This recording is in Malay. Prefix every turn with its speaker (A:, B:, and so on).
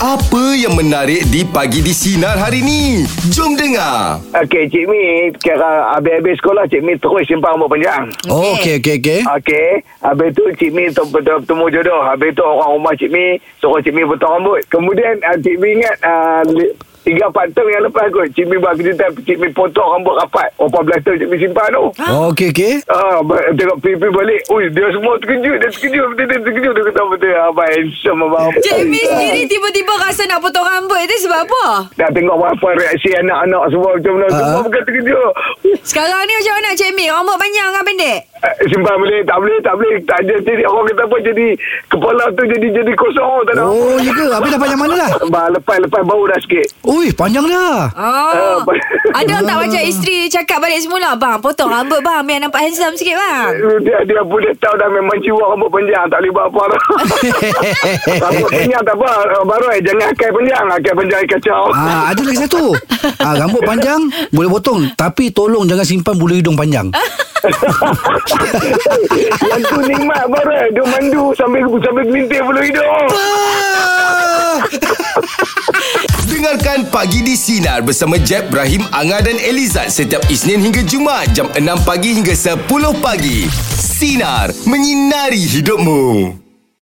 A: Apa yang menarik di pagi di sinar hari ni? Jom dengar.
B: Okey, Cik Mi, kira habis-habis sekolah, Cik Mi terus simpang rambut panjang.
C: Oh, okey, okey, okey.
B: Okey, habis tu Cik Mi tem- tem- temu jodoh. Habis tu orang rumah Cik Mi suruh Cik Mi potong rambut. Kemudian ah, Cik Mi ingat ah, li- tiga empat tahun yang lepas kot, Cik Mi buat kejutan, Cik Mi potong rambut rapat. Berapa belas tahun Cik Mi simpan tu.
C: Oh, okey, okey.
B: Ah, ba- tengok pipi balik. Ui, dia semua terkejut. Dia terkejut. Dia, dia terkejut. Dia kata, betul. ah, Abang handsome, abang.
D: Cik Mi sendiri tiba-tiba rasa nak potong rambut itu sebab apa?
B: Dah tengok berapa reaksi anak-anak semua macam mana. Semua
C: Ah.
B: bukan terkejut.
D: Sekarang ni macam mana Cik Mi? Rambut panjang kan pendek?
B: Eh, Simpan boleh Tak boleh Tak boleh tak jadi, jadi Orang kata apa Jadi Kepala tu jadi Jadi kosong Tak ada
C: Oh, ya ke? Habis dah panjang mana dah?
B: bah, Lepas Lepas bau dah sikit
C: Ui, panjang dah.
D: Oh.
B: Ah,
D: Ada tak macam isteri cakap balik semula Bang potong rambut bang Biar nampak handsome sikit bang
B: dia, dia pun dia tahu dah Memang jiwa rambut panjang Tak boleh buat apa dah Rambut panjang tak apa Baru eh Jangan akai panjang Akai panjang akai kacau
C: Ah, ada lagi satu. Ah, rambut panjang boleh potong tapi tolong jangan simpan bulu hidung panjang.
B: Yang tu nikmat baru eh Dia mandu Sambil sambil gelintir bulu hidung
A: Ah. Dengarkan Pagi di Sinar bersama Jeb, Ibrahim, Anga dan Elizad setiap Isnin hingga Jumaat jam 6 pagi hingga 10 pagi. Sinar, menyinari hidupmu.